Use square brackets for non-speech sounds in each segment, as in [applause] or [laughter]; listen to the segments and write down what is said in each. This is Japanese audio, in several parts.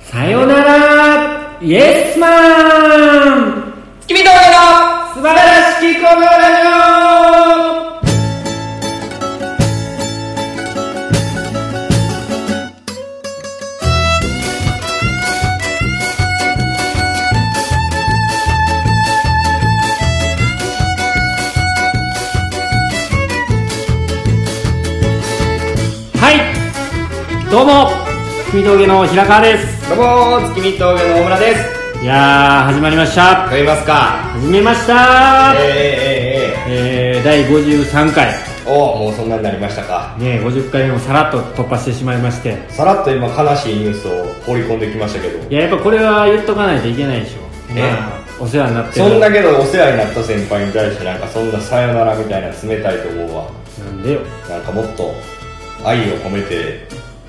さよならイエスマン月見峠の素晴らしきこのラジオはいどうも月見峠の平川ですどうも月見峠の大村ですいやー始まりましたと言いますか始めましたえー、えー、ええー、第53回、ー、えー、おもうそんなになりましたかね、50回目もさらっと突破してしまいましてさらっと今悲しいニュースを放り込んできましたけどいややっぱこれは言っとかないといけないでしょ、ねまあお世話になってそるんだけどお世話になった先輩に対してなんかそんなさよならみたいな冷たいと思うわなんでよなんかもっと愛を込めて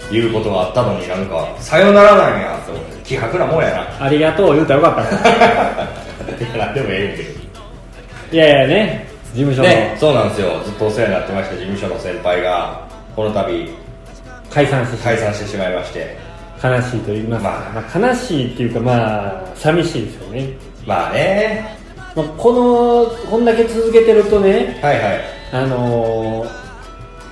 言うことがあったのになんかさよならなんやと思って気迫なもんやなありがとう言うたらよか [laughs] ったないやなんでもええねんけどいやいやね事務所のね、そうなんですよずっとお世話になってました事務所の先輩がこの度解散してしま解散してしまいましてう悲しいと言いますか、ままあ悲しいっていうかまあ寂しいですよね、まあねまあ、このこんだけ続けてるとねはいはいあのー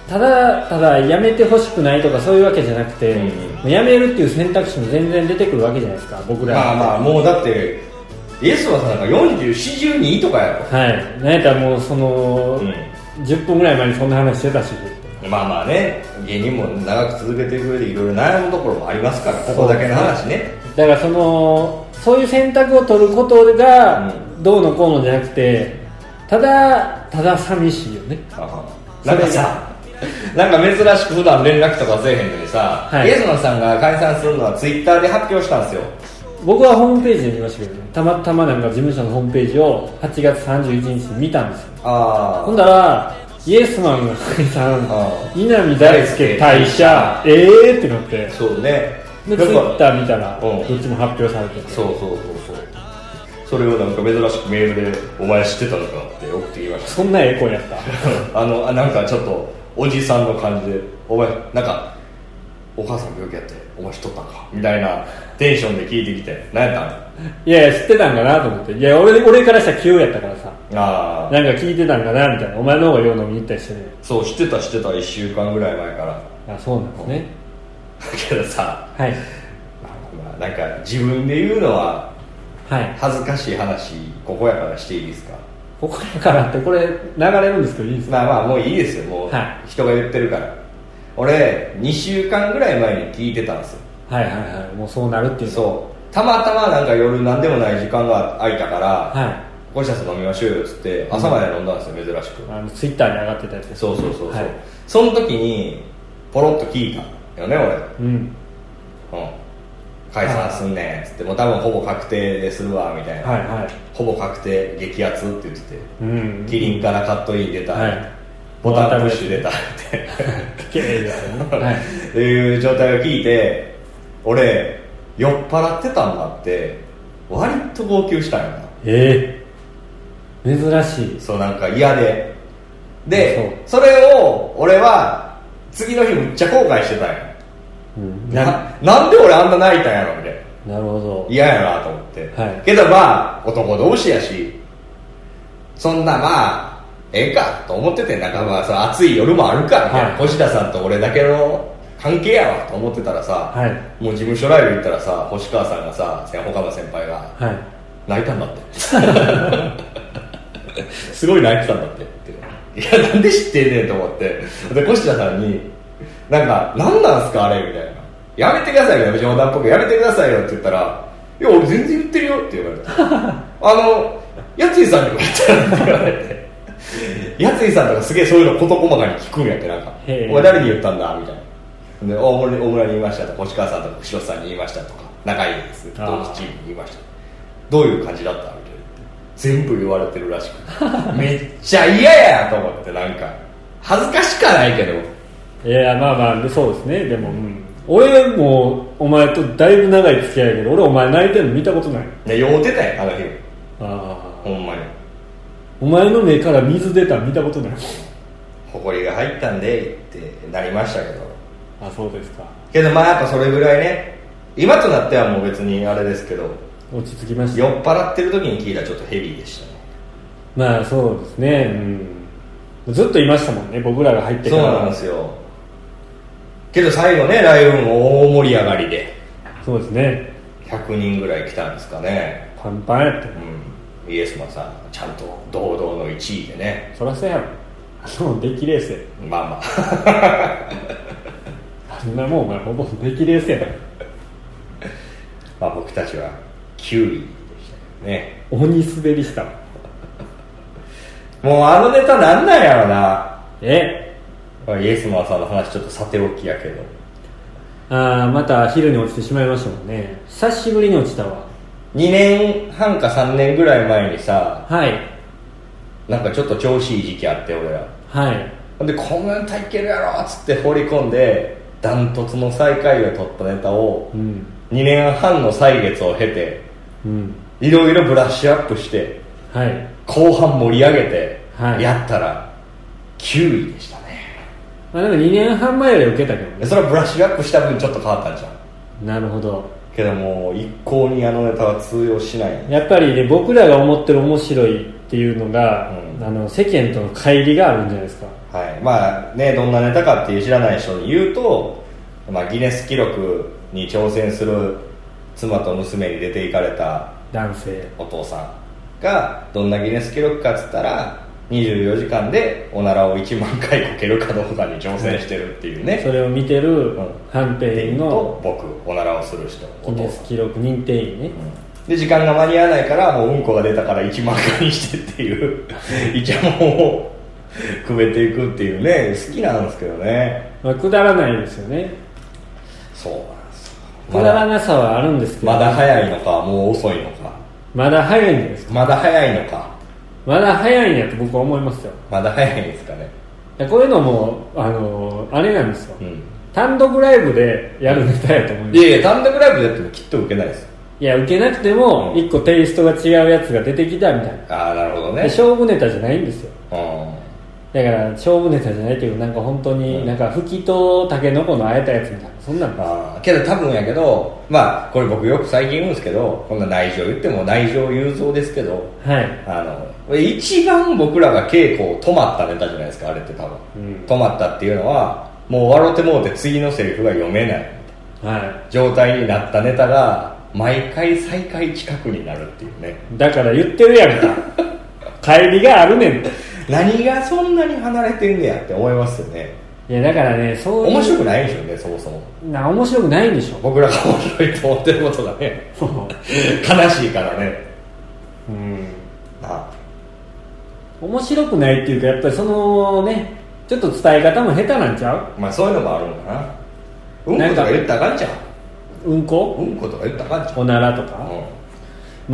ただただ辞めてほしくないとかそういうわけじゃなくて、うんもう辞めるっていう選択肢も全然出てくるわけじゃないですか僕らまあまあもうだってイエスはさなんか4042とかやはい、なんやったらもうその、うん10分ぐらい前にそんな話してたし、ろまあまあね芸人も長く続けていく上でいろいろ悩むところもありますからここだけの話ねだからそのそういう選択を取ることがうどうのこうのじゃなくて、ただただ寂しいよね。なんかさなんか珍しく普段連絡とかせえへんのにさ、はいイエスマンさんが解散するのはツイッターで発表したんですよ僕はホームページで見ましたけどね、たまたまなんか事務所のホームページを8月31日に見たんですよ。あほんだら、イエスマンが解散あ、稲見大輔退社、えーってなって、そうねで、ツイなんかッター見たら、うんどっちも発表されてて、そうそうそうそうそれをなんか珍しくメールで「お前知ってたのか?」って送ってきましそんなええ声やった。 [laughs] たあのあなんかちょっとおじさんの感じで「お前なんかお母さん病気やってお前知っとったんか?」みたいなテンションで聞いてきて何やったんいやいや、知ってたんかなと思って。いや、俺、俺からしたら急やったからさ。ああなんか聞いてたんかなみたいな。お前の方がよう飲みに行ったりしてね。そう知ってた知ってた1週間ぐらい前から [laughs] あ、そうなんですね。けどさはい。まあなんか自分で言うのははい。恥ずかしい話ここやからしていいですかここやからって、これ、流れるんですけど、いいですかまあまあもういいですよもうは人が言ってるから、俺2週間ぐらい前に聞いてたんですよはいはいはい。もうそうなるっていう。う。そうたまたまなんか夜何でもない時間が空いたから、はい。ごちゃ飲みましょうよっつって朝まで飲んだんですよ珍しく、あの、ツイッターに上がってたやつです。そうそうそうそう、はいその時にポロッと聞いたよねうん。俺うん解散すんねんっつってもう多分ほぼ確定でするわみたいな、はいはい。ほぼ確定激アツって言っててうん。キリンからカットイン出た、はいボタンプッシュ出たって綺麗だよね。 [laughs] はい。っていう状態を聞いて俺酔っ払ってたんだって割と号泣したんやなええ珍しい。そうなんか嫌でであそれを俺は次の日むっちゃ後悔してたんやうん。な、ななんで俺あんな泣いたんやろみたいななるほど。嫌やなと思って、はいけどまあ男同士やしそんなまあええかと思ってて仲間はさ暑い夜もあるからね、はい星田さんと俺だけの関係やわと思ってたらさ、はいもう事務所ライブ行ったらさ星川さんがさせ他の先輩がはい。泣いたんだってすごい泣いてたんだってっていやなんで知ってんねんと思ってで越田さんに「なんか何なんすかあれ」みたいな「やめてくださいよ冗談っぽくやめてくださいよ」って言ったら「いや俺全然言ってるよ」って言われて「あのやついさんにも言ったら」って言われてやついさんとかすげえそういうの事細かに聞くんやってなんか「へえお前誰に言ったんだ?」みたいなで大村に大村に言いましたとか星川さんとか後ろさんに言いましたとか仲いいです同あー期チームに言いましたどういう感じだったみたいな全部言われて [laughs] るらしくめっちゃ嫌やと思ってなんか恥ずかしかないけどいやまあまあそうですねでも、うん、俺もお前とだいぶ長い付き合いやけど俺お前泣いてるの見たことないね酔うてたやんあの日ああほんまにお前の目から水出たの見たことない埃が入ったんでってなりましたけど [laughs] あそうですかけどまあやっぱそれぐらいね今となってはもう別にあれですけど落ち着きました酔っ払ってる時に聞いたらちょっとヘビーでしたねまあそうですね、うん、ずっといましたもんね僕らが入ってそかうらなんですよけど最後ねライブも大盛り上がりでそうですね100人ぐらい来たんですかねパンパンやったうんイエスマンさんちゃんと堂々の1位でねそらそうやろそう出来レースやまあまあ [laughs] あんなもんお前ほぼ出来レースやからまあ僕たちは9位でしたけどね鬼滑りしたわもうあのネタなんなんやろなえまあイエスマンさんの話ちょっとさておきやけどああまた昼に落ちてしまいましたもんね久しぶりに落ちたわ2年半か3年ぐらい前にさはいなんかちょっと調子いい時期あって俺らはいほんでこんなネタいけるやろっつって放り込んでダントツの最下位を取ったネタをうん2年半の歳月を経てうんいろいろブラッシュアップしてはい後半盛り上げてはいやったら9位でしたね、まあでも2年半前より受けたけどでねそれはブラッシュアップした分ちょっと変わったんじゃんなるほどけどもう一向にあのネタは通用しないやっぱりね僕らが思ってる面白いっていうのが、うんあの世間との乖離があるんじゃないですかはい、まあねどんなネタかっていう知らない人に言うと、まあ、ギネス記録に挑戦する妻と娘に出ていかれた男性お父さんがどんなギネス記録かっつったら24時間でおならを1万回こけるかどうかに挑戦してるっていうね、それを見てるうん判定員のと僕おならをする人おギ父ネさスん記録認定員ね、で時間が間に合わないからもううんこが出たから1万回にしてっていう [laughs] イチャモンをくべていくっていうね好きなんですけどねまあ、くだらないですよねそうなんですよくまだらだなさはあるんですけどまだ早いのかもう遅いのかまだ早いんじゃないですかまだ早いのかまだ早いんやと僕は思いますよまだ早いんですかねいやこういうのもあのあれなんですよ、うん単独ライブでやるネタやと思いまいすやいや単独ライブでやってもきっとウケないですよいや受けなくても一個テイストが違うやつが出てきたみたいなああなるほどでね勝負ネタじゃないんですようだから勝負ネタじゃないけどなんか本当うにんなんか吹きとタケノコのあえたやつみたいなそんなんんかあーけど多分やけどまあこれ僕よく最近言うんですけどこんな内情言っても内情雄造ですけどはいあの一番僕らが稽古を止まったネタじゃないですかあれって多分、うん止まったっていうのはもう笑ってもうて次のセリフが読めないは状態になったネタが毎回最下位近くになるっていうねいだから言ってるやん [laughs] か帰りがあるねんと何がそんなに離れてんねやって思いますよねいやだからねそういう面白くないんでしょうねそもそもな面白くないんでしょ僕らが面白いと思ってることがね [laughs] 悲しいからねうんあ面白くないっていうかやっぱりそのねちょっと伝え方も下手なんちゃうまあそういうのもあるのかなうんことか言ったらあかんじゃんうんこうんことか言ったらあかんじおならとゃん、か、う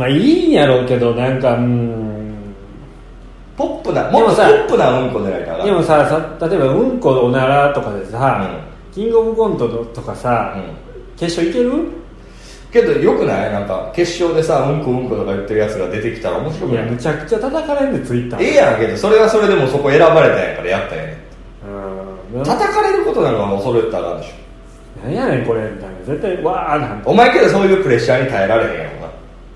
んまあいいんやろうけどなんかうんポップなもっでともポさップなうんこ狙いたらでもささ例えばうんこおならとかでさ、うキングオブコントとかさ、うん決勝いけるけどよくないなんか決勝でさうんこうんことか言ってるやつが出てきたら面白くいやないむちゃくちゃ叩かれんでツイッターええやんけどそれはそれでもそこ選ばれたんやからやったんやねうんな叩かれることなんかもうそれ言ったらあかんでしなんやねんこれみたいな絶対わーなんょお前けどそういうプレッシャーに耐えられへんやろ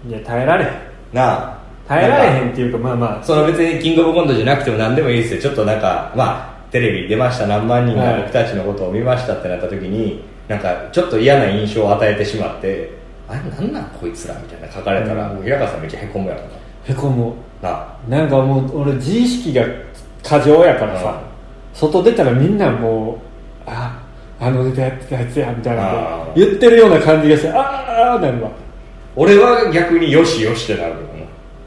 いや耐えられへんななあ耐えられなんへかんっていうかまあまその別にキングオブコントじゃなくても何でもいいですよちょっとなんかまあテレビに出ました何万人はがい僕たちのことを見ましたってなった時に、なんかちょっと嫌な印象を与えてしまってあれなんなんこいつらみたいな書かれたら、うんもう平川さんめっちゃへこむやろあへこむななあなんかもう俺自意識が過剰やからさ、外出たらみんなもうああのネタやってたやつやみたいなあ言ーってるような感じがしてあーあーなるわ俺は逆によしよしってなるけどな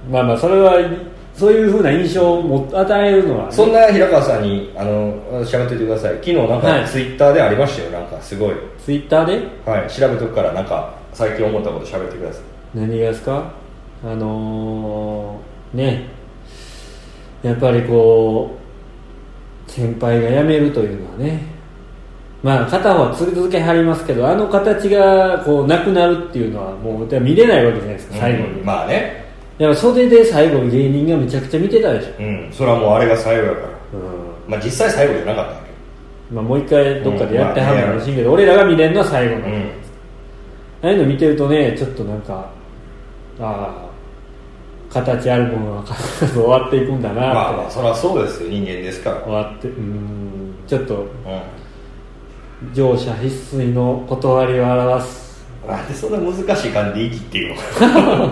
まあまあそれはそういうふうな印象をも与えるのはね、そんな平川さんにあの喋っててください昨日なんはかいツイッターでありましたよなんかすごい、ツイッターではい、調べとくからなんか最近思ったこと喋ってください何がですかあのー、ねやっぱりこう先輩が辞めるというのはねまあ片方は続けはりますけどあの形がこうなくなるっていうのはもうでも見れないわけじゃないですか最後に、うんまあねやっぱ袖で最後に芸人がめちゃくちゃ見てたでしょ、うんそれはもうあれが最後やかうらんまあ実際最後じゃなかったんだまあ、もう一回どっかでやってはるのうんかもしいけど、俺らが見れるのは最後の、けどうんああいうの見てるとねちょっとなんかああ形あるものは必ず終わっていくんだまあなまあってそれはそうですよ人間ですから終わってうーんちょっとう乗車必須の断りを表すんなんでそんな難しい感じで言い切っていうの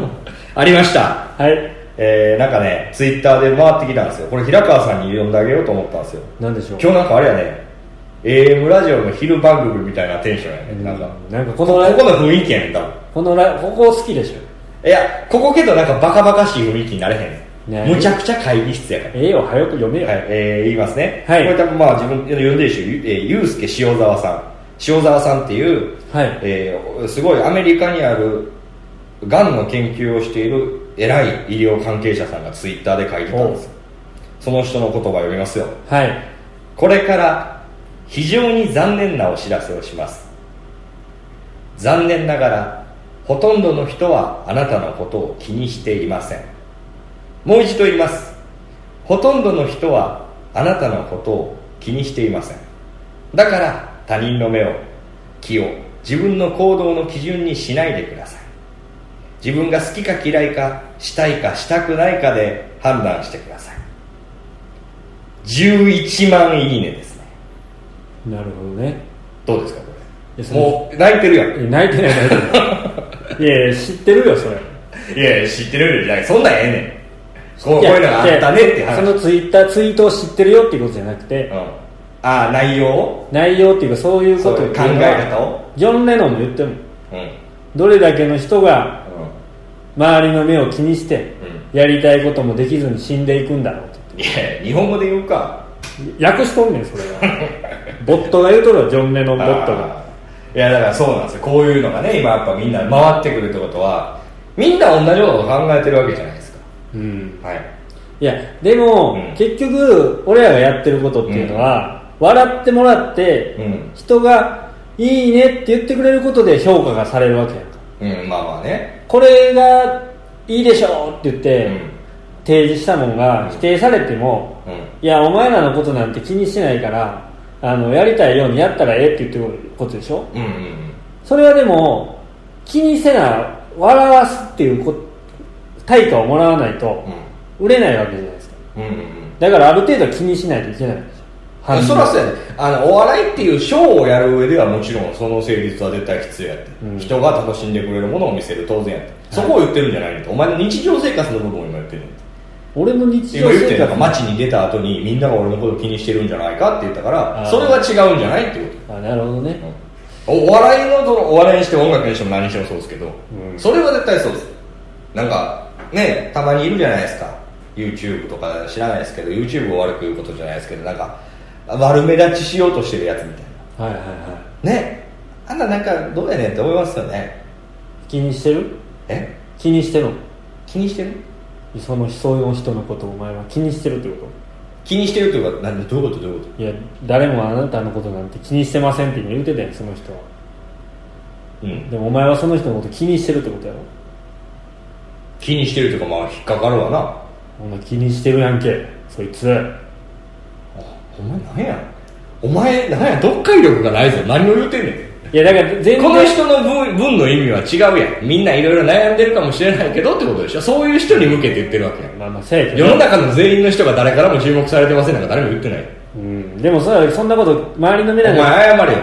[laughs] ありましたはいえー、なんかねツイッターで回ってきたんですよこれ平川さんに呼んであげようと思ったんですよなんでしょう今日なんかあれやね AM ラジオの昼番組みたいなテンションやねなんかうんなんかここのこラこの雰囲気やねん多分このラここ好きでしょいやここけどなんかバカバカしい雰囲気になれへんねむちゃくちゃ会議室やからええよ早く読めよ、はい、えー言いますね。はいこれ多分まあ自分で呼んでる人、ゆえー、ゆうすけ塩沢さん。塩沢さんっていう、はいえーすごいアメリカにある、がんの研究をしている偉い医療関係者さんがツイッターで書いてたんですよその人の言葉を読みますよ。はいこれから非常に残念なお知らせをします残念ながらほとんどの人はあなたのことを気にしていませんもう一度言いますほとんどの人はあなたのことを気にしていませんだから他人の目を気を自分の行動の基準にしないでください自分が好きか嫌いかしたいかしたくないかで判断してください11万いいねですねなるほどねどうですかこいやれそのもう泣いてるやいや泣いてない泣いてない [laughs] いやいや知ってるよそれんいやいや知ってるよりないそんなんええねんこうこういうのがあったねって話そのツイッターツイートを知ってるよっていうことじゃなくて、うん、ああ内容を内容っていうかそういうことそういう考え方をジョン・レノンも言ってもうんうんどれだけの人が周りの目を気にしてやりたいこともできずに死んでいくんだろうといやいや日本語で言うか訳しとんねんそれはボットが言うとるわジョン・レノンボットがあーいやだからそうなんですよこういうのがね今やっぱみんな回ってくるってことはみんな同じようなこと考えてるわけじゃないですかうんはいいやでも、うん結局俺らがやってることっていうのは、笑ってもらって、うん人が「いいね」って言ってくれることで評価がされるわけやんかうんまあまあねこれがいいでしょうって言って、うん提示したもんが否定されても、うんいやお前らのことなんて気にしないからあのやりたいようにやったらええって言ってることでしょうんうんそれはでも気にせな笑わすっていうこ対価をもらわないと売れないわけじゃないですかうんうんうんうんだからある程度は気にしないといけないんですよ反応そらそうやねあのお笑いっていうショーをやる上ではもちろんその成立は絶対必要やって、うん人が楽しんでくれるものを見せる当然やって、そこを言ってるんじゃないのとお前の日常生活の部分を今言ってるのと俺の日今常言って生るのが活街に出た後にみんなが俺のことを気にしてるんじゃないかって言ったからあーそれは違うんじゃないってこあなるほどね、と、おお笑いのそのお笑いにしても音楽にしても何にしてもそうですけど、うんそれは絶対そうですなんかねたまにいるじゃないですか YouTube とか知らないですけど YouTube を悪く言うことじゃないですけどなんか悪目立ちしようとしてるやつみたいなはいはいはねあんななんかどうやねんって思いますよねい気にしてるえ気にしてるの気にしてるそのそういう人のことをお前は気にしてるってこ気にしてるというか何どういうことどういうことといや誰もあなたのことなんて気にしてませんって今言うてたやんその人はうんでもお前はその人のこと気にしてるってことやろ気にしてるというかまあ引っかかるわなお前気にしてるやんけそいつお前なんやお前なんや読解力がないぞ何を言うてんねんいやだから全然この人の文文の意味は違うやんみんないろいろ悩んでるかもしれないけどってことでしょそういう人に向けて言ってるわけやんまあまあせやけ世どの中の全員の人が誰からも注目されてませんなんか誰も言ってないうんでもそれはそんなこと周りの目おなんか前謝れよ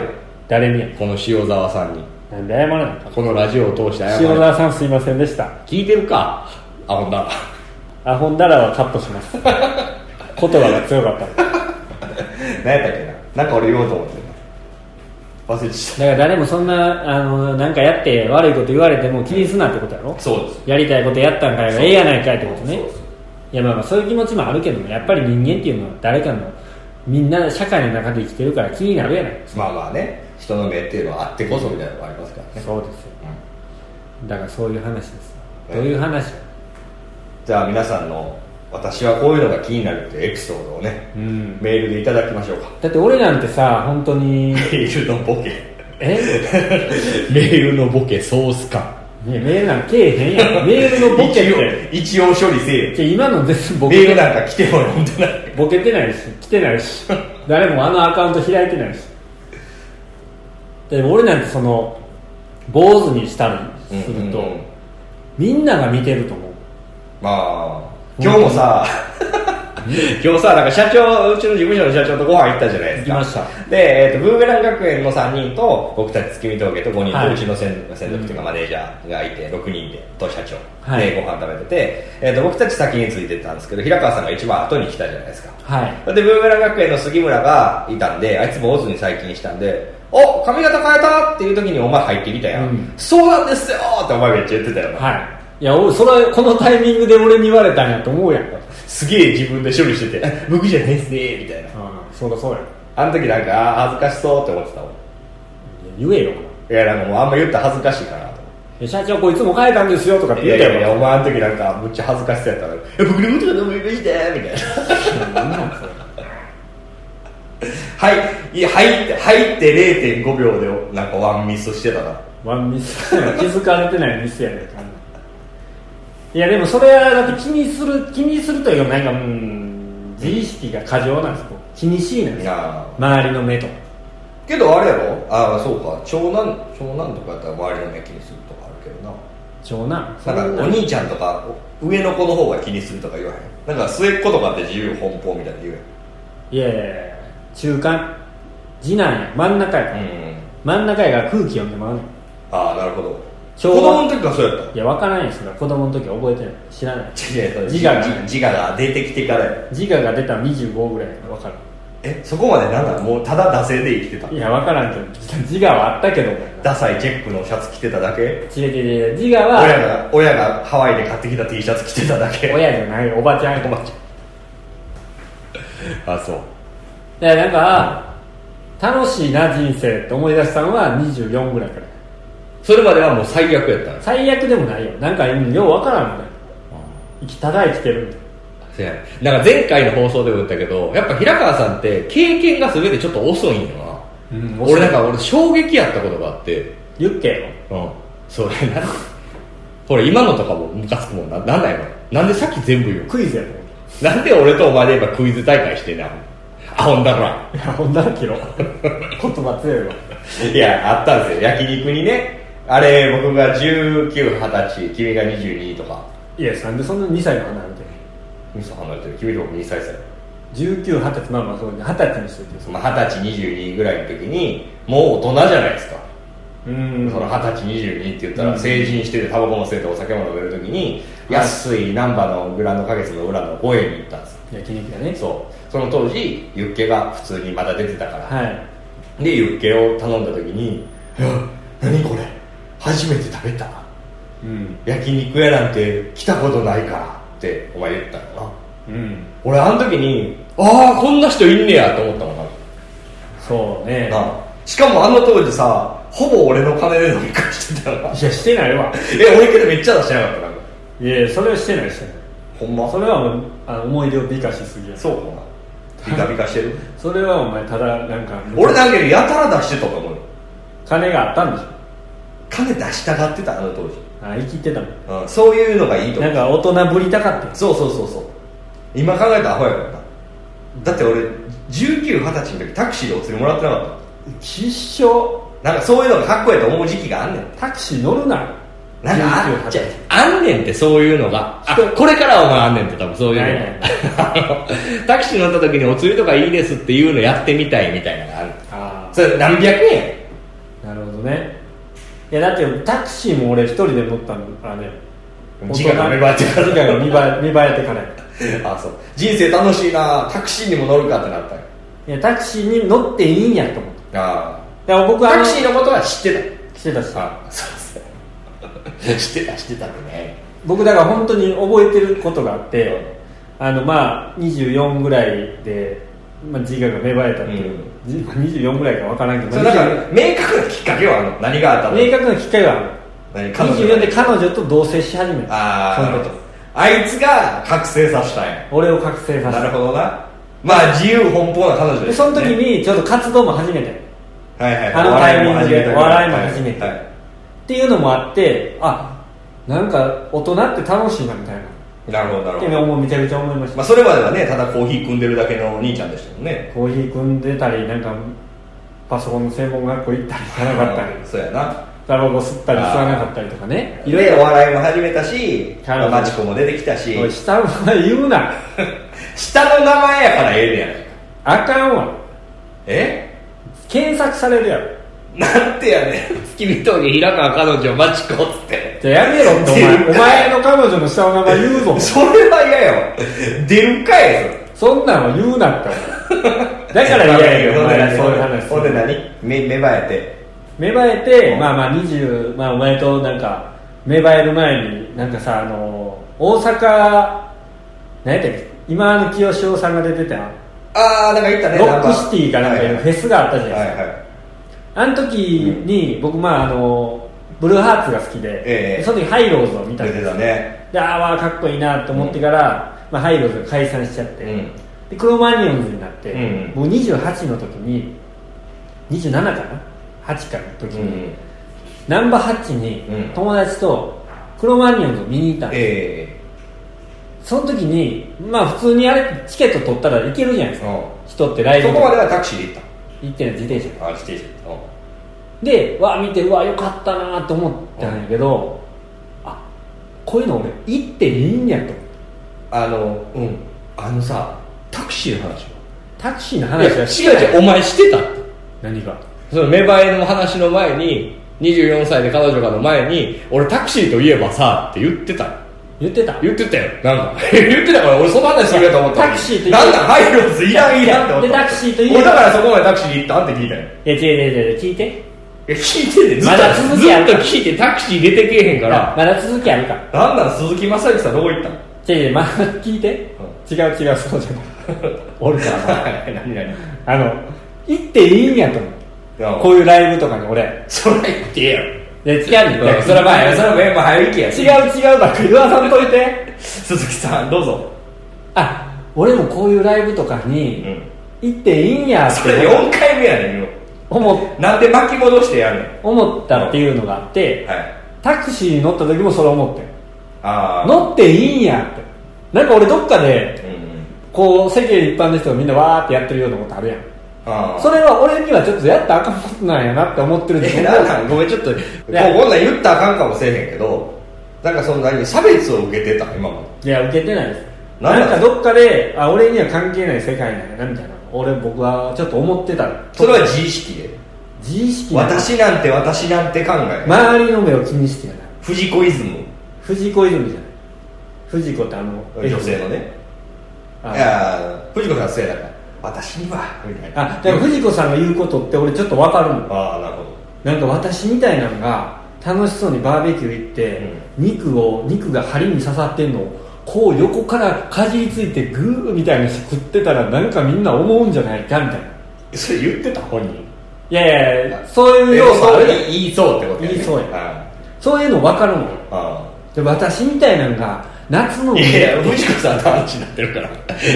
誰にやこの塩沢さんになんで謝らないこのラジオを通して謝れ塩沢さんすいませんでした聞いてるかあほんだアホンダラはカットし [laughs] ます言葉が強かっただか [laughs] 何やったっけななんか俺言おうと思ってた忘れちら誰もそんなあのなんかやって悪いこと言われても気にすなってことやろそうですやりたいことやったんかいがええやないかいってことねそうそうそういやまあまあそういう気持ちもあるけどもやっぱり人間っていうのは誰かのみんな社会の中で生きてるから気になるやないまあまあね人の目っていうのはあってこそみたいなのがありますからね、そうですようんだからそういう話ですええどういう話じゃあ皆さんの私はこういうのが気になるっていうエピソードをねうんメールでいただきましょうかだって俺なんてさ本当にメールのボケえ [laughs] メールのボケソース感いやメールなんかけえへんやんメールのボケって一応一応処理せえよじゃあ今の全部ボケメールなんか来ても読んでないボケてないし来てないし誰もあのアカウント開いてないしでも俺なんてその坊主にしたりすると、うんうんうんみんなが見てると思うまあ今日もさ今日さなんか社長うちの事務所の社長とご飯行ったじゃないですか行きましたで、えー、とブーベラン学園の3人と僕たち月見峠と5人と、はいうちの専専属というかマネージャーがいて6人でと社長はいでご飯食べてて、えー、と僕たち先についてったんですけど平川さんが一番後に来たじゃないですかはいでブーメラン学園の杉村がいたんであいつ坊主に最近したんで「お髪型変えた!」っていう時にお前入ってきたやん、うんそうなんですよってお前めっちゃ言ってたよな、はいいや俺それはこのタイミングで俺に言われたんやと思うやんか、すげえ自分で処理して [laughs] て「僕じゃないっすね」みたいうなん、そりゃそうやあの時なんかあー恥ずかしそうって思ってたもんいや言えよいやなんかもうあんま言ったら恥ずかしいかなと思いや社長こいつも変えたんですよとかっってていや言っいたやいよやお前あの時なんかむっちゃ恥ずかしそうやったから「え僕のことがどうもいいで」みたいな何 [laughs] なんそれ「はいいや入って入って0.5秒でなんかワンミスしてたなワンミス [laughs] 気づかれてないミスやねんかいやでもそれはだって気にする気にするというかなんかうん自意識が過剰なんですよ気にしいなんですよなあ周りの目とけどあれやろああそうか長男長男とかやったら周りの目気にするとかあるけどな長男なんかお兄ちゃんとかお上の子の方が気にするとか言わへんなんか末っ子とかって自由奔放みたいな言ういやいやいや中間次男や真ん中やかやら、んうん真ん中やから空気読んでもらうねんああなるほど昭子和供の時からそうやっいや分からないですから子供の時は覚えてない知らないた違う自我が自我が出てきてからや自我が出たの25ぐらいやから分かえそこまでなんだもうただ惰性で生きてたるいや分からんけど自我はあったけどダサいチェックのシャツ着てただけ違う違う違う自我は親が親がハワイで買ってきた T シャツ着てただけ親じゃないおばちゃんおばちゃん [laughs] あそうでなんか、楽しいな人生って思い出したのは24ぐらいからそれまではもう最悪やったんです最悪でもないよなんかうんようわからんみたいな生きただ生きてるみたいせやねなんか前回の放送でも言ったけどやっぱ平川さんって経験が全てちょっと遅いんような、ん遅い俺なんか俺衝撃やったことがあってユッケようんそれなほら今のとかもムカつくもんななんだよなんでさっき全部言うクイズやとのなんで俺とお前で今クイズ大会してんなあほんだら思ういやほんだら切ろう言葉強いわいやあったんですよ焼肉にねあれ僕が1920歳君が22とかいやなんでそんな2歳の離れてミス離れてる君と僕2歳差や1920歳まあまあそうね20歳にしといてよそまあ二十歳22ぐらいの時にもう大人じゃないですかううんその二十歳22って言ったうらん成人しててタバコも吸えてお酒も飲める時にはい安い難波のグランド花月の裏の公園に行ったんですよ焼肉だねそうその当時ユッケが普通にまだ出てたから、はいでユッケを頼んだ時に「いや何これ初めて食べたうん焼肉屋なんて来たことないから」ってお前言ったのなうん俺あの時にああこんな人いんねやと思ったもんなそうねなあしかもあの当時さほぼ俺の金で飲み会して [laughs] たよいなやしてないわえ俺けどめっちゃ出してなかったなんかいやいやそれはしてないしてないほんまそれはもうあの思い出を美化しすぎやそうかなビカビカしてるそれはお前ただなんか俺だけでやたら出してたと思うよ金があったんでしょ金出したがってたあの当時、あ生きてたのうん、そういうのがいいと思なんうか大人ぶりたかったよそうそうそうそう今考えたらアホやからなだって俺1920歳の時タクシーでお釣りもらってなかっ吉祥たなんかそういうのがかっこいいと思う時期があんねんタクシー乗るななんかあ19っちゃあんねんってそういうのがあこれからお前あんねんって多分そういうないの [laughs] あのタクシー乗った時にお釣りとかいいですっていうのやってみたいみたいなのがあるあそれ何百円あなるほどねいやだってタクシーも俺一人で乗ったのあれ時間が芽生えてから時間が見ば見栄えてからやや [laughs] あそう人生楽しいなタクシーにも乗るかってなったんやいやタクシーに乗っていいんやと思ってあだから僕あはあタのクシーのことは知ってしてたしたあそうそう [laughs] 知ってた知ってたんでね僕だから本当に覚えてることがあってあのまあ24ぐらいで、まあ、自我が芽生えたっていう、じまあ24ぐらいか分からんけどそれなんか明確なきっかけはあの何があったの明確なきっかけがある何彼女24で彼女と同棲し始めたああそなのるほ時どあいつが覚醒させたんや俺を覚醒さなせるほどなまあ自由奔放な彼た女で、ですね、その時にちょっと活動も始めてっはいはいあのタイミングで笑いも始めてはいはいていうのもあってあなんか大人って楽しいなみたいななるほどなるっほていうど、のをめちゃめちゃ思いましたまあ、それまではねただコーヒー組んでるだけのお兄ちゃんでしたもんねコーヒー組んでたりなんかパソコンの専門学校行ったりじゃなかったりうんそうやなタバコ吸ったり吸わなかったりとかねいろいでろお笑いも始めたし彼女マチコも出てきたしおい下の名前言うな下の名前やからええねやないあかかんわえ検索されるやろなんてやねん月見峠平川彼女マチコっつってじゃあやめろってお [laughs] 出る前かお前の彼女の下の名前言うぞそれは嫌やわ出るかいそれそんなんは言うなってお前だから嫌やよお前 [laughs] そういう話すほんでる何め芽生えて芽生えて、まあまあ20、まあ、お前となんか芽生える前になんかさあの大阪何やったっけ今の清志郎さんが出てたやんああなんか言ったねロックシティかなんかいうフェスがあったじゃないはいですか、はいはいあの時に僕まああのブルーハーツが好きで、ええその時ハイローズを見たん出ですてよたねでああわーかっこいいなと思ってから、まあ、ハイローズが解散しちゃって、うんでクロマニオンズになって、うんもう28の時に27かな8かの時うに、んナンバーハッチにうん友達とクロマニオンズを見に行ったんですよえその時にまあ普通にあれチケット取ったら行けるじゃないですえかう人ってライんブそとこかまではタクシーで行っ行ってんの自転車たあ自転車で行っでわあ見てうわよかったなと思ったんやけど、あこういうの俺行っていいんやとたうんあのうんあのさタクシーの話はタクシーの話は違う違うお前してたって何がその芽生えの話の前に24歳で彼女がの前に俺タクシーといえばさって言ってた言ってた言ってたよなん [laughs] か言ってたから俺その話するやと思ったタクシーといえばなんだハイローズいらんいらんって思ったでタクシーといえば俺だからそこまでタクシーで行ったんって聞いたよいや違う違う違う聞いていや聞いててずっと,、まだ続きあるずっと聞いてタクシー出てけえへんかまらだ続きあるかなんなん鈴木雅之さんどこ行ったの違う違うまだ聞いて、違う違うそう [laughs] じゃないおるからなはい何何あの行っていいんやと思ってこいういうライブとかに俺それ言ってえやろいや違うねんだそれはまあそれはメンバー入る気や違う違うだから言わさんといて鈴木さんどうぞあ俺もこういうライブとかうにん行っていいんやっそれて4回目やねんよ思なんで巻き戻してやんね思ったっていうのがあって、んはいタクシーに乗った時もそれ思ってああ乗っていいんやってなんか俺どっかでうんこう世間一般の人がみんなわーってやってるようなことあるやんああ [laughs] それは俺にはちょっとやったらあかんことなんやなって思ってるえ自分なんがなんごめんちょっとこうこんやなん言ったらあかんかもしれへんけどなんかそんなに差別を受けてた今もいや受けてないですなんなだんかどっかであ俺には関係ない世界なんやなみたいな俺僕はちょっと思ってたそれは自意識で自意識な私なんて私なんて考え周りの目を気にしてやな藤子イズム藤子泉じゃない藤子ってあの女性のねあいや藤子さんせいだから私にはみたいなあだから藤子さんが言うことって俺ちょっと分かるのああなるほどなんか私みたいなのが楽しそうにバーベキュー行って、肉を肉が針に刺さってんのをこう横からかじりついてグーみたいにして食ってたらなんかみんな思うんじゃないかみたいなそれ言ってた本人いやいやそういう要素あるやん言いそうってこと言いそうやあそういうの分かるもんあで私みたいなのが夏のいやいや藤子さんの話になってるから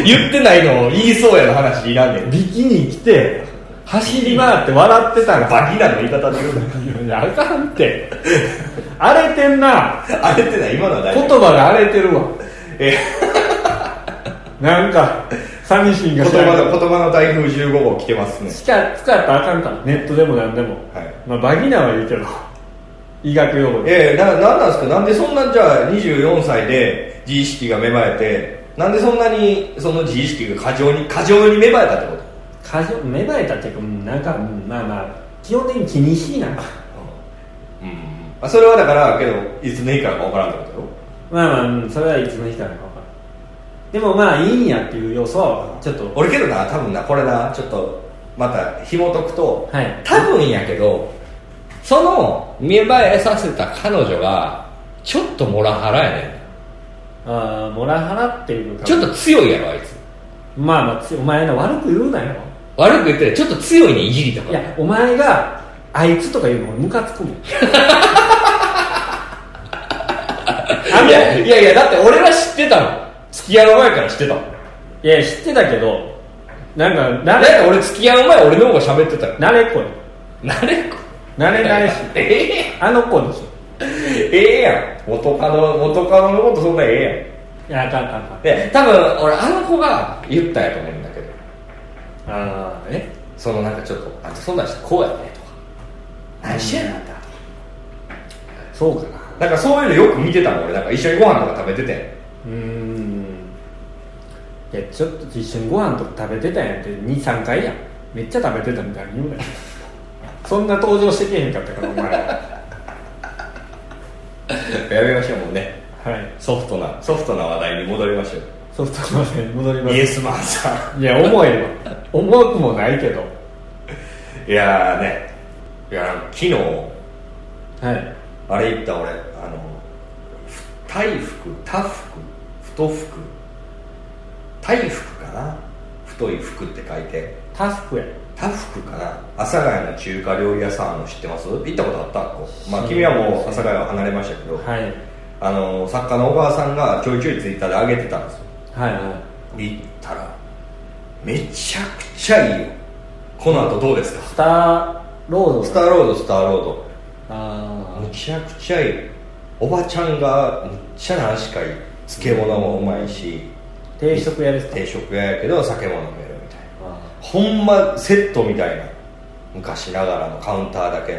言ってないのを言いそうやの話いらんねんビキニ着て走り回って笑ってたらバキなの言い方で言うないやあかんって荒れてんなあれってない今のは大言丈葉が荒れてるわえなんか寂しいん言が葉いの言葉の台風15号来てますねしか使ったらあかんからネットでもなんでも、はいまあ、バギナは言うけど医学用語でええななんなんですかなんでそんなじゃあ24歳で自意識が芽生えてなんでそんなにその自意識が過剰に過剰に芽生えたってこと過剰芽生えたっていうかうんなんか、うんまあまあ基本的に気にしいなうんあそれはだからけどいつの日からか分からんってことよまあまあ、うんそれはいつの日からか分からんでもまあいいんやっていう要素はちょっと俺けどな多分なこれなちょっとまた紐解くと、はい多分やけどその芽生えさせた彼女がちょっとモラハラやねああモラハラっていうかんちょっと強いやろあいつまあまあつお前の悪く言うなよ悪く言ってちょっと強いねいじりとかいやお前があいつとか言うの俺ムカつくもんあいのやいいやいやだって俺は知ってたの付き合う前から知ってたのや知ってたけどなんか慣あれれ俺付き合う前俺の方が喋ってたよ慣れっこに慣れっこ慣れ慣れしいえあの子にしえええやん元カノ元カノのことそんなええやいやんあかんあかんあかんで多分俺あの子が言ったやと思うんだけどああえそのなんかちょっとあんたそんなんしてこうやねとか何しやがったとかそうかななんかそういうのよく見てたの俺なんか一緒にご飯とか食べててうーんいやちょっと一緒にご飯とか食べてたんやって23回やんめっちゃ食べてたみたいに言うなよそんな登場してけへんかったからお前は [laughs] やめましょうもうねはいソフトなソフトな話題に戻りましょうソフトまで戻りますイエスマンさんいや重いわ重くもないけど [laughs] いやーねいや昨日はいあれ行った俺あのふ体服多服太服体服かな太い服って書いてタスクや多服かな阿佐ヶ谷の中華料理屋さんの知ってます行ったことあったここまあ君はもう阿佐ヶ谷は離れましたけど、はいあの作家の小川さんがちょいちょいツイッターで上げてたんですよはいは行ったらめちゃくちゃいいよこの後どうですかいスターロードスターロードスターロードあむちゃくちゃいいおばちゃんがむっちゃ何しかいい漬物もうまいしあ定食屋ですか定食屋やけど酒も飲めるみたいなあほんまセットみたいな昔ながらのカウンターだけの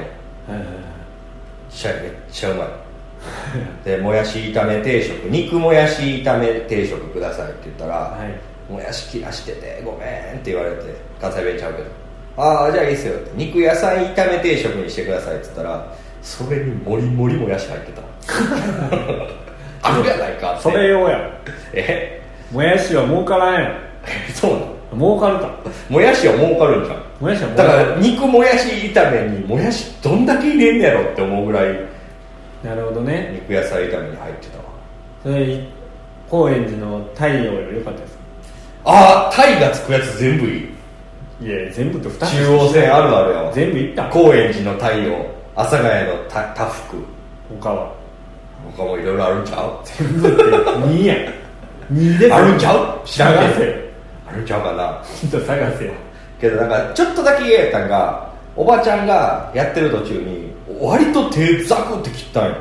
あはいはいはいしゃめっちゃうまいでもやし炒め定食肉もやし炒め定食くださいって言ったら、はいもやし切らしててごめんって言われて関西弁ちゃうけどああじゃあいいっすよって肉野菜炒め定食にしてくださいって言ったらそれにもりもりもやし入ってた [laughs] あるやないかってそれ用やえもやしは儲からんやそうなのろ儲かるかもやしは儲かるんじゃんもやしは儲だかかるら肉もやし炒めにもやしどんだけ入れんねやろって思うぐらいなるほどね肉野菜炒めに入ってたわそれ高円寺の太陽より良かったですああタイがつくやつ全部いいいや全部と2つ中央線あるあるやわ全部いった高円寺の太陽阿佐ヶ谷のた多福他は他もいろいろあるんちゃう全部って2や2であるんちゃう知らん探けどせあるんちゃうかなちょっと探せよけどなんかちょっとだけ言えたんがおばちゃんがやってる途中に割と手ザクって切ったんよ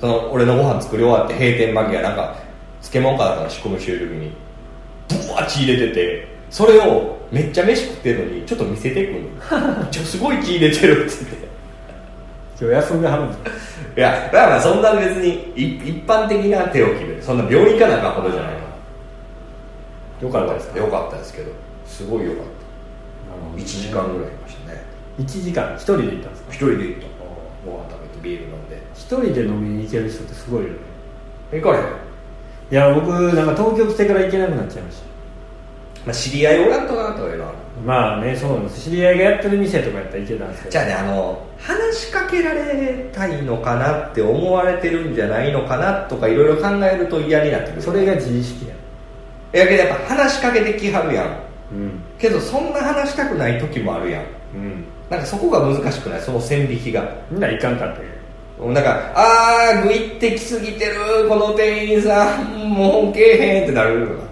その俺のご飯作り終わって閉店間際なんか漬物かだったの仕込む終了日にブワー血入れててそれをめっちゃ飯食ってるのにちょっと見せてく [laughs] んのちょすごい血入れてるっつって今日休んではるんですかいやだからそんな別にい一般的な手を切るそんな病院かなんかほどじゃないかよかったですかよかったですけどすごいよかった1時間ぐらいいましたね1時間1人で行ったんですか一人で行ったご飯食べてビール飲んで1人で飲みに行ける人ってすごいよね行かれへいん、や僕なんか東京来てから行けなくなっちゃいましたまあ、知り合いおらんとかなとかいうのはあるまあねそうなんです知り合いがやってる店とかやったら行けたんですけどじゃあねあの話しかけられたいのかなって思われてるんじゃないのかなとかいろいろ考えると嫌になってくるそれが自意識やいやけどやっぱ話しかけてきはるやんうんけどそんな話したくない時もあるやんうんなんかそこが難しくないその線引きがみんないかんかったよなんかあーグイってきすぎてるこの店員さんもうけえへんってなるのか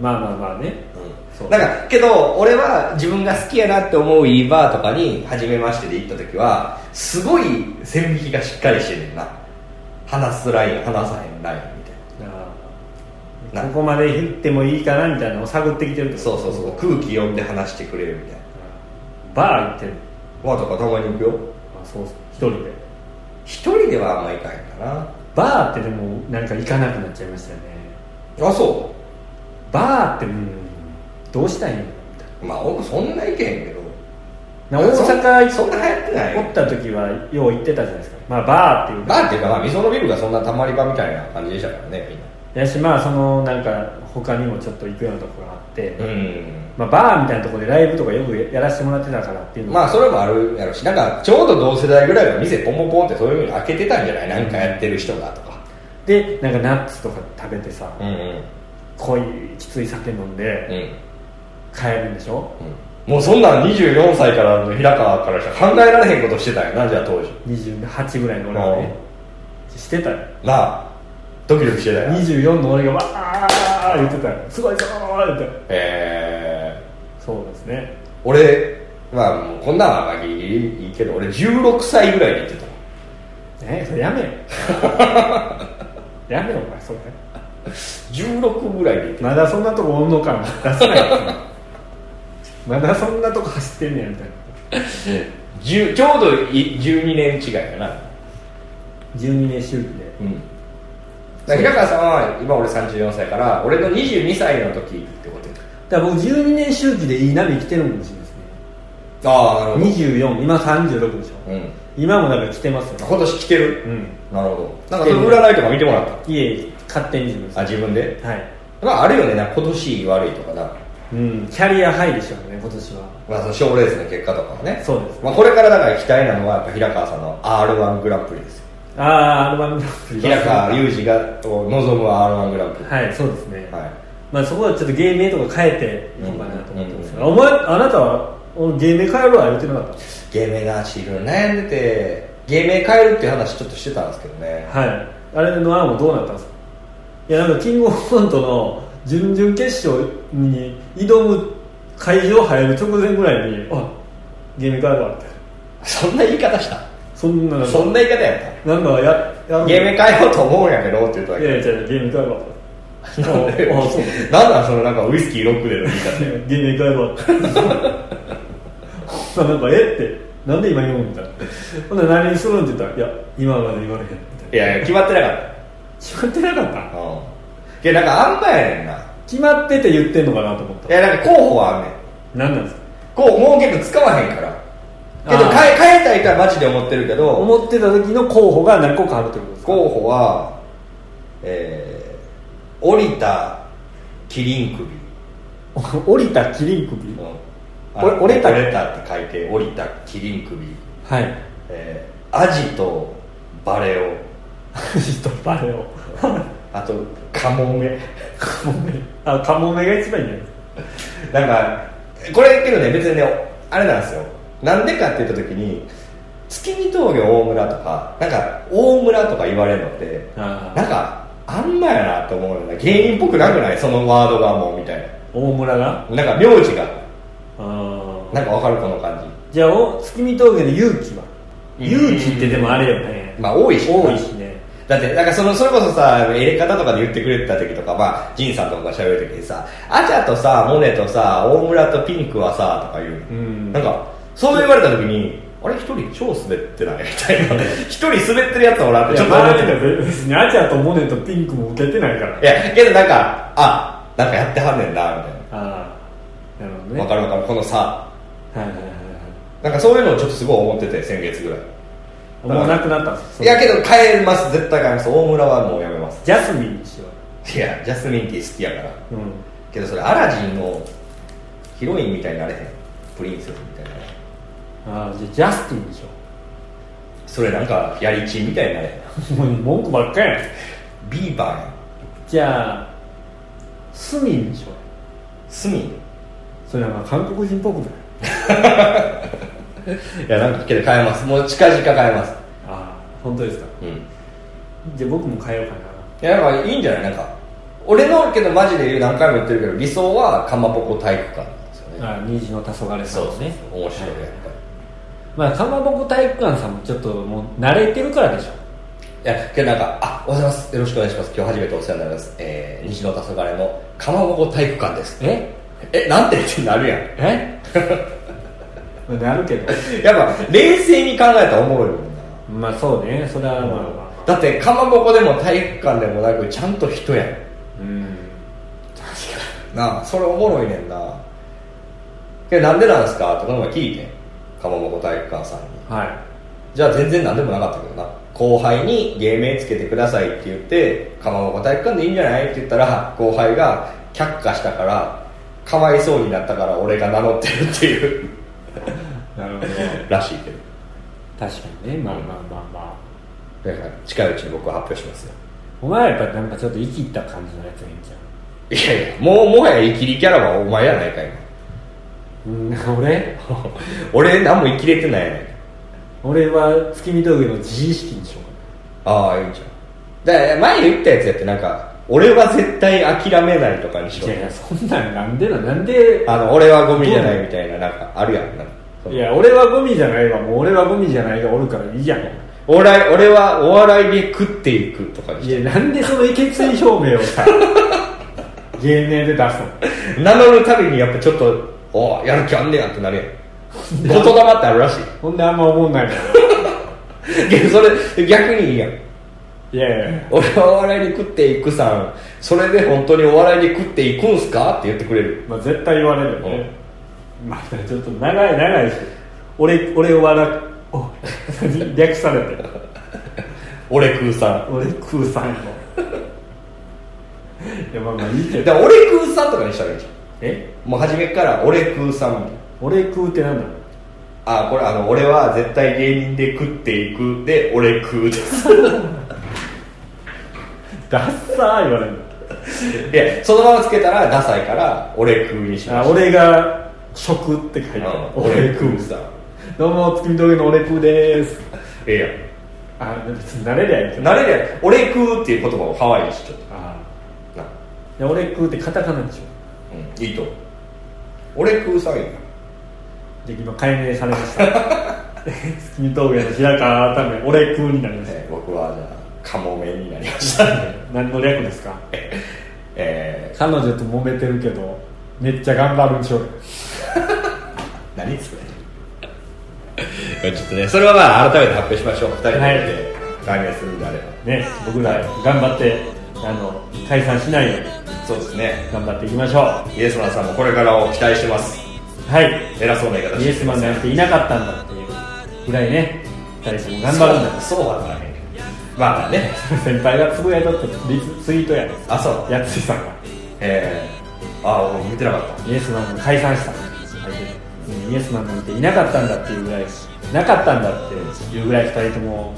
まあまあまあねそうなんかけど俺は自分が好きやなって思ういいバーとかに初めましてで行った時はすごい線引きがしっかりしてるな話すライン話さへんラインみたいあなーここまで言ってもいいかなみたいなのを探ってきてるってなことそうそうそう空気読んで話してくれるみたいなバー行ってるバーとかたまに行くよあそう一人で一人ではあんま行かへんかバーってでもなんか行かなくなっちゃいましたよねなあそバーってうんどうしたいのみたいうまあ俺もそんな行けへんけどなな大阪そんな流行ってないおった時はよう行ってたじゃないですかまあバーっていうかバーっていうかまあ味噌のビルがそんなたまり場みたいな感じでしたからねみんなやしまあそのなんか他にもちょっと行くようなとこがあって、うんまあ、バーみたいなところでライブとかよくやらせてもらってたからっていうのもまあそれもあるやろしなんかちょうど同世代ぐらいの店ポンポンポンってそういうふうに開けてたんじゃないなんかやってる人がとかでなんかナッツとか食べてさ、うんうん濃いきつい酒飲んうん、で帰るんでしょもうそんなん24歳からの平川からしたら考えられへんことしてたよなじゃあ当時28ぐらいの俺はねしてたよなあドキドキしてたよ24の俺がわー言ってたよすごいぞー言ってえそうですねー、俺まあもうこんなんはまあギリギリいいけど俺16歳ぐらいで行ってたえそれやめよ [laughs] やめよお前それ16ぐらいで行ってまだそんなとこおんのかな出さないよそれまだそんなとこ走ってんねやみたいなた10ちょうどい12年違いやな12年周期でうんだから平川さんは今俺34歳から俺の22歳の時ってこだから僕12年周期でいい波来てるかもしれないですねとああな24今36でしょうん今もだから来てますよ今年来てるうんなるほどなんかその占いとか見てもらっいえ勝手に自分ですたあ自分ではいまああるよねなんか今年悪いとかな、うんキャリアハイでしょうね今年はまあ、その賞レースの結果とかもねそうですまあ、これからだから期待なのはやっぱ平川さんの r 1グランプリですよああアルバムグランプリ平川裕二がを望む r 1グランプリはいそうですね、はいまあ、そこはちょっと芸名とか変えていこうかなと思ってますけど、お前あなたはお芸名変えろは言ってなかっ芸名がいろいろ悩んでて芸名変えるっていう話ちょっとしてたんですけどねたはいあれの案もどうなったんですかいやなんかキングオブコントの準々決勝に挑む会場入る直前ぐらいにあ芸名変えろわってそんな言い方したそんななんかそんな言い方やっなんかややたる芸名変えようと思うんやけどって言っただいやいけやじゃあ芸名変えろわって [laughs] なんでああそうなんなんそのなんかウイスキーロックでの言い方芸名変えろ [laughs] わってほんならなんかえってなんで今言うんみたいなほんなら何にするんって言ったらいや今まで言われへんみたいないやいや決まってなかっ決まってなかったたうんいやなんかあんまやねんな決まってて言ってんのかなと思っいたやなんか候補はあんねん何なんですかこうもう結構使わへんからけどあー変え変えたいとはマジで思ってるけど思ってた時の候補が何個かあるってことですか候補はえー、降りたキリン首降りたキリン首あのお折れた折れたって書いて降りたキリン首、はいえー、アジとバレオ人バレをあとカモメカモメあカモメが一番いいんじゃないですなんかこれけどね別にねあれなんですよなんでかって言った時に月見峠大村とかなんか大村とか言われるのってかあなんかあんまやなと思うよな芸人っぽくなくないそのワードがもうみたい大村がななんか名字がああなんかわかるこの感じゃあお月見峠の勇気はうん勇気ってでもあれよねじまあ多いし多いしねだってなんかそのそれこそさ入れ方とかで言ってくれてた時とかまあ仁さんとかが喋る時にさ「アチャとさモネとさ大村とピンクはさ」とか言う、うんなんかそう言われた時にあれ一人超滑ってないみたいな [laughs] 一人滑ってるやつおらんっていちょやっ周と思ってりたが別にアジアとモネとピンクも受けてないからいやけどなんかあなんかやってはんねんなみたいああなるほどなねわかるわかるこのさはいはいはいはなんかそういうのをちょっとすごい思ってて先月ぐらいいもうなくなったんですいやけど変えます絶対変えます大村はもうやめますジャスミンにしよいやジャスミンティー好きやからううんけどそれアラジンのヒロインみたいになれへんプリンセスみたいなああじゃあジャスティンでしそれなんかやりちんみたいになれへんょ [laughs] もう文句ばっかやんビーバーやんじゃあスミンでしょスミンそれはまあ韓国人っぽくないいやなんかけど変えますもう近々変えますああ本当ですかうんじゃあ僕も変えようかいやなんかいいんじゃないなんか俺のけどマジで言う何回も言ってるけど理想はかまぼこ体育館なんですよねなああ虹の黄昏さんですね面白いやっぱりまあかまぼこ体育館さんもちょっともう慣れてるからでしょいや、けどなんか、あ、おはようございます。よろしくお願いします。今日初めてお世話になります。えー、西の黄昏のかまぼこ体育館です。ええ、なんてってなるやん。え [laughs] まあなるけどやっぱ、冷静に考えたらおもろいもんな。まあそうねそれはまあまだって、かまぼこでも体育館でもなく、ちゃんと人やん。あうんなあ、それおもろいねんな。けどなんでなんですかとかのが聞いてん。かまぼこ体育館さんに。はじゃあ全然なんでもなかったけどな。後輩に芸名つけてくださいって言って、かまぼこ体育館でいいんじゃないって言ったら、後輩が却下したから、かわいそうになったから俺が名乗ってるっていう、いなるほどらしいけど。確かにねまあまあまあまあだから近いうちに僕は発表しますよ。お前はやっぱなんかちょっと生きった感じのやつがいいんじゃんいやいや、もうもはや生きりキャラはお前やないかい。うん俺今俺何も生きれてないやないか。 [laughs] 俺は月見道具の自意識にしようああ、いいんじゃん。だから前言ったやつやってなんか、俺は絶対諦めないとかにしかなろい。やいやそんなんなんでななんであの、俺はゴミじゃないみたいな、なんかあるやん。なんかいや俺はゴミじゃないわもう俺はゴミじゃないがおるからいいやんお笑い俺はお笑いで食っていくとかにしいやなんでその意見表明を [laughs] さ芸名で出すのて名乗るたびにやっぱちょっとおやる気あんねやってなるやん言霊ってあるらしいほんであんま思んないのいや [laughs] それ逆にいいやんいやいや俺はお笑いに食っていくさんそれで本当にお笑いに食っていくんすかって言ってくれるまあ絶対言われるよね、またちょっと長い長いし俺俺笑お略されて俺食うさ俺空さんのいやまあまあいいけんだどから俺食うさんとかにしたらいいじゃえんもう初めっから俺食うさんみたいな俺空ってなんだろうあこれあの俺は絶対芸人で食っていくで俺食うですダッサー言われるでそのままつけたらダサいから俺食うにしまあした俺が食って書いてあるうん俺食うさんどうも月見峠の俺食うですええやんあ別に慣れりゃいいけど慣れりゃ俺食うっていう言葉も可愛いしちょっあとーな、いや俺食うってカタカナでしょうん、いいと思う俺食うさんやなで今解明されました [laughs] 月見峠の平川改め俺食うになりました、えー僕はじゃあカモメになりました [laughs] ね何の略ですかえ彼女と揉めてるけどめっちゃ頑張るんでしょー、何それちょっとねそれはまあ改めて発表しましょう二人ではい解明するんであればね僕ら頑張ってあの解散しないようにそうですね頑張っていきましょうイエスマンさんもこれからを期待してますはい偉そうな言い方イエスマンなんていなかったんだっていうぐらいね2人とも頑張るんだそうそうはならへんまあね [laughs] 先輩がつぶやいとってリツツイートやであそうやついさんがえー、ああ見てなかったイエスマンも解散したうんイエスマンなんていなかったんだっていうぐらいなかったんだっていうぐらい2人とも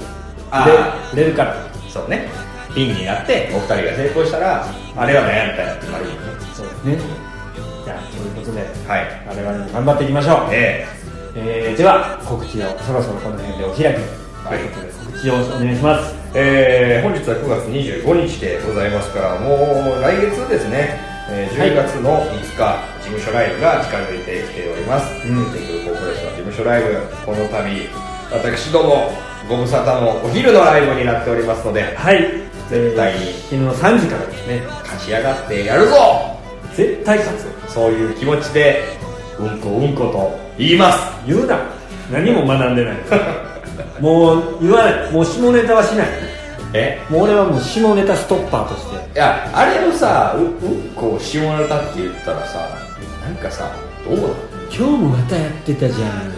あー売れ売れるからそうねピンになってお二人が成功したらあれはねみたいなってなるよねそうですねじゃあということではい我々も頑張っていきましょうええーでは告知をそろそろこの辺でお開きということで告知をお願いしますーえー、本日は9月25日でございますからもう来月ですね、えー、はい10月の5日、事務所ライブが近づいてきております、うんテクルコーポレーション事務所ライブこの度私どもご無沙汰のお昼のライブになっておりますのではい絶対にえー昨日の3時からですね勝ち上がってやるぞ絶対勝つそういう気持ちでうんこうんこと言います言うな何も学んでない [laughs] もう言わないもう下ネタはしないえもう俺はもう下ネタストッパーとしていやあれをさううんこを下ネタって言ったらさなんかさどうなの今日もまたやってたじゃん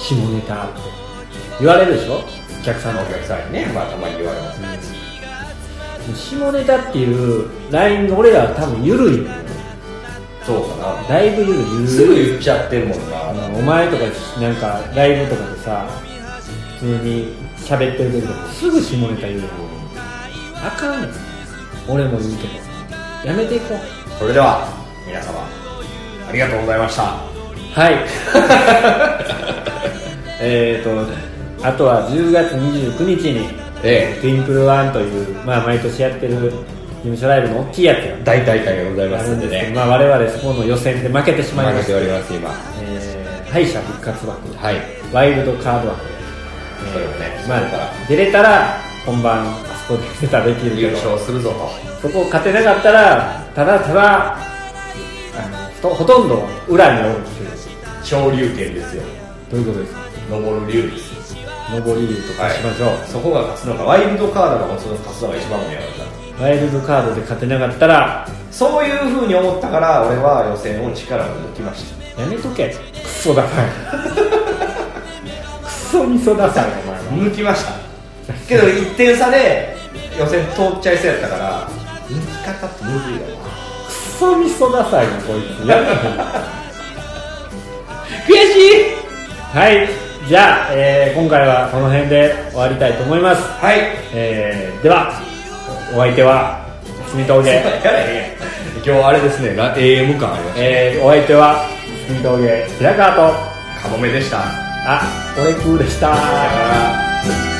下ネタって言われるでしょお客さんのお客さんにねまあたまに言われますね下ネタっていうラインが俺らは多分緩いのよそうかだいぶ緩い緩ないすぐ言っちゃってるもんあなのお前とかなんかライブとかでさ普通に喋ってる時とかすぐ下ネタ言うよあかんねん俺も言うけどやめていこうそれでは皆様ありがとうございましたはい [laughs] えっとあとは10月29日にえティンプルワンという、まあ、毎年やってる事務所ライブの大きいやつ大大会がございがまあするんんでですけど、ねまあ、我々そこの予選で負けてしまいま負けしてた、おります今えー敗者復活枠はいワイルドカード枠で、それをねまそれからあ、出れたら本番あそこで出たらできるけ優ど勝するぞそとこを勝てなかったらただただあのとほとんど裏におるっていう昇竜拳ですよどういうことですか登る竜ですよ上り竜とかしましょう、そこが勝つのかワイルドカードが勝つの勝つのが一番目やったワイルドカードで勝てなかったらそういうふうに思ったから俺は予選を力を抜きましたやめとけクソダサいクソみそダサいお前は抜きましたけど1点差で予選通っちゃいそうやったから抜き方ってむずいよなクソみそダサいなこいつやめて悔しいはいじゃあ、えー今回はこの辺で終わりたいと思います、はいえーではお相手は住峠、やれへん今日はあれですねラ AM 感ありましえーお相手は住峠平川とたカモメでしたあ俺クーでしたさよなら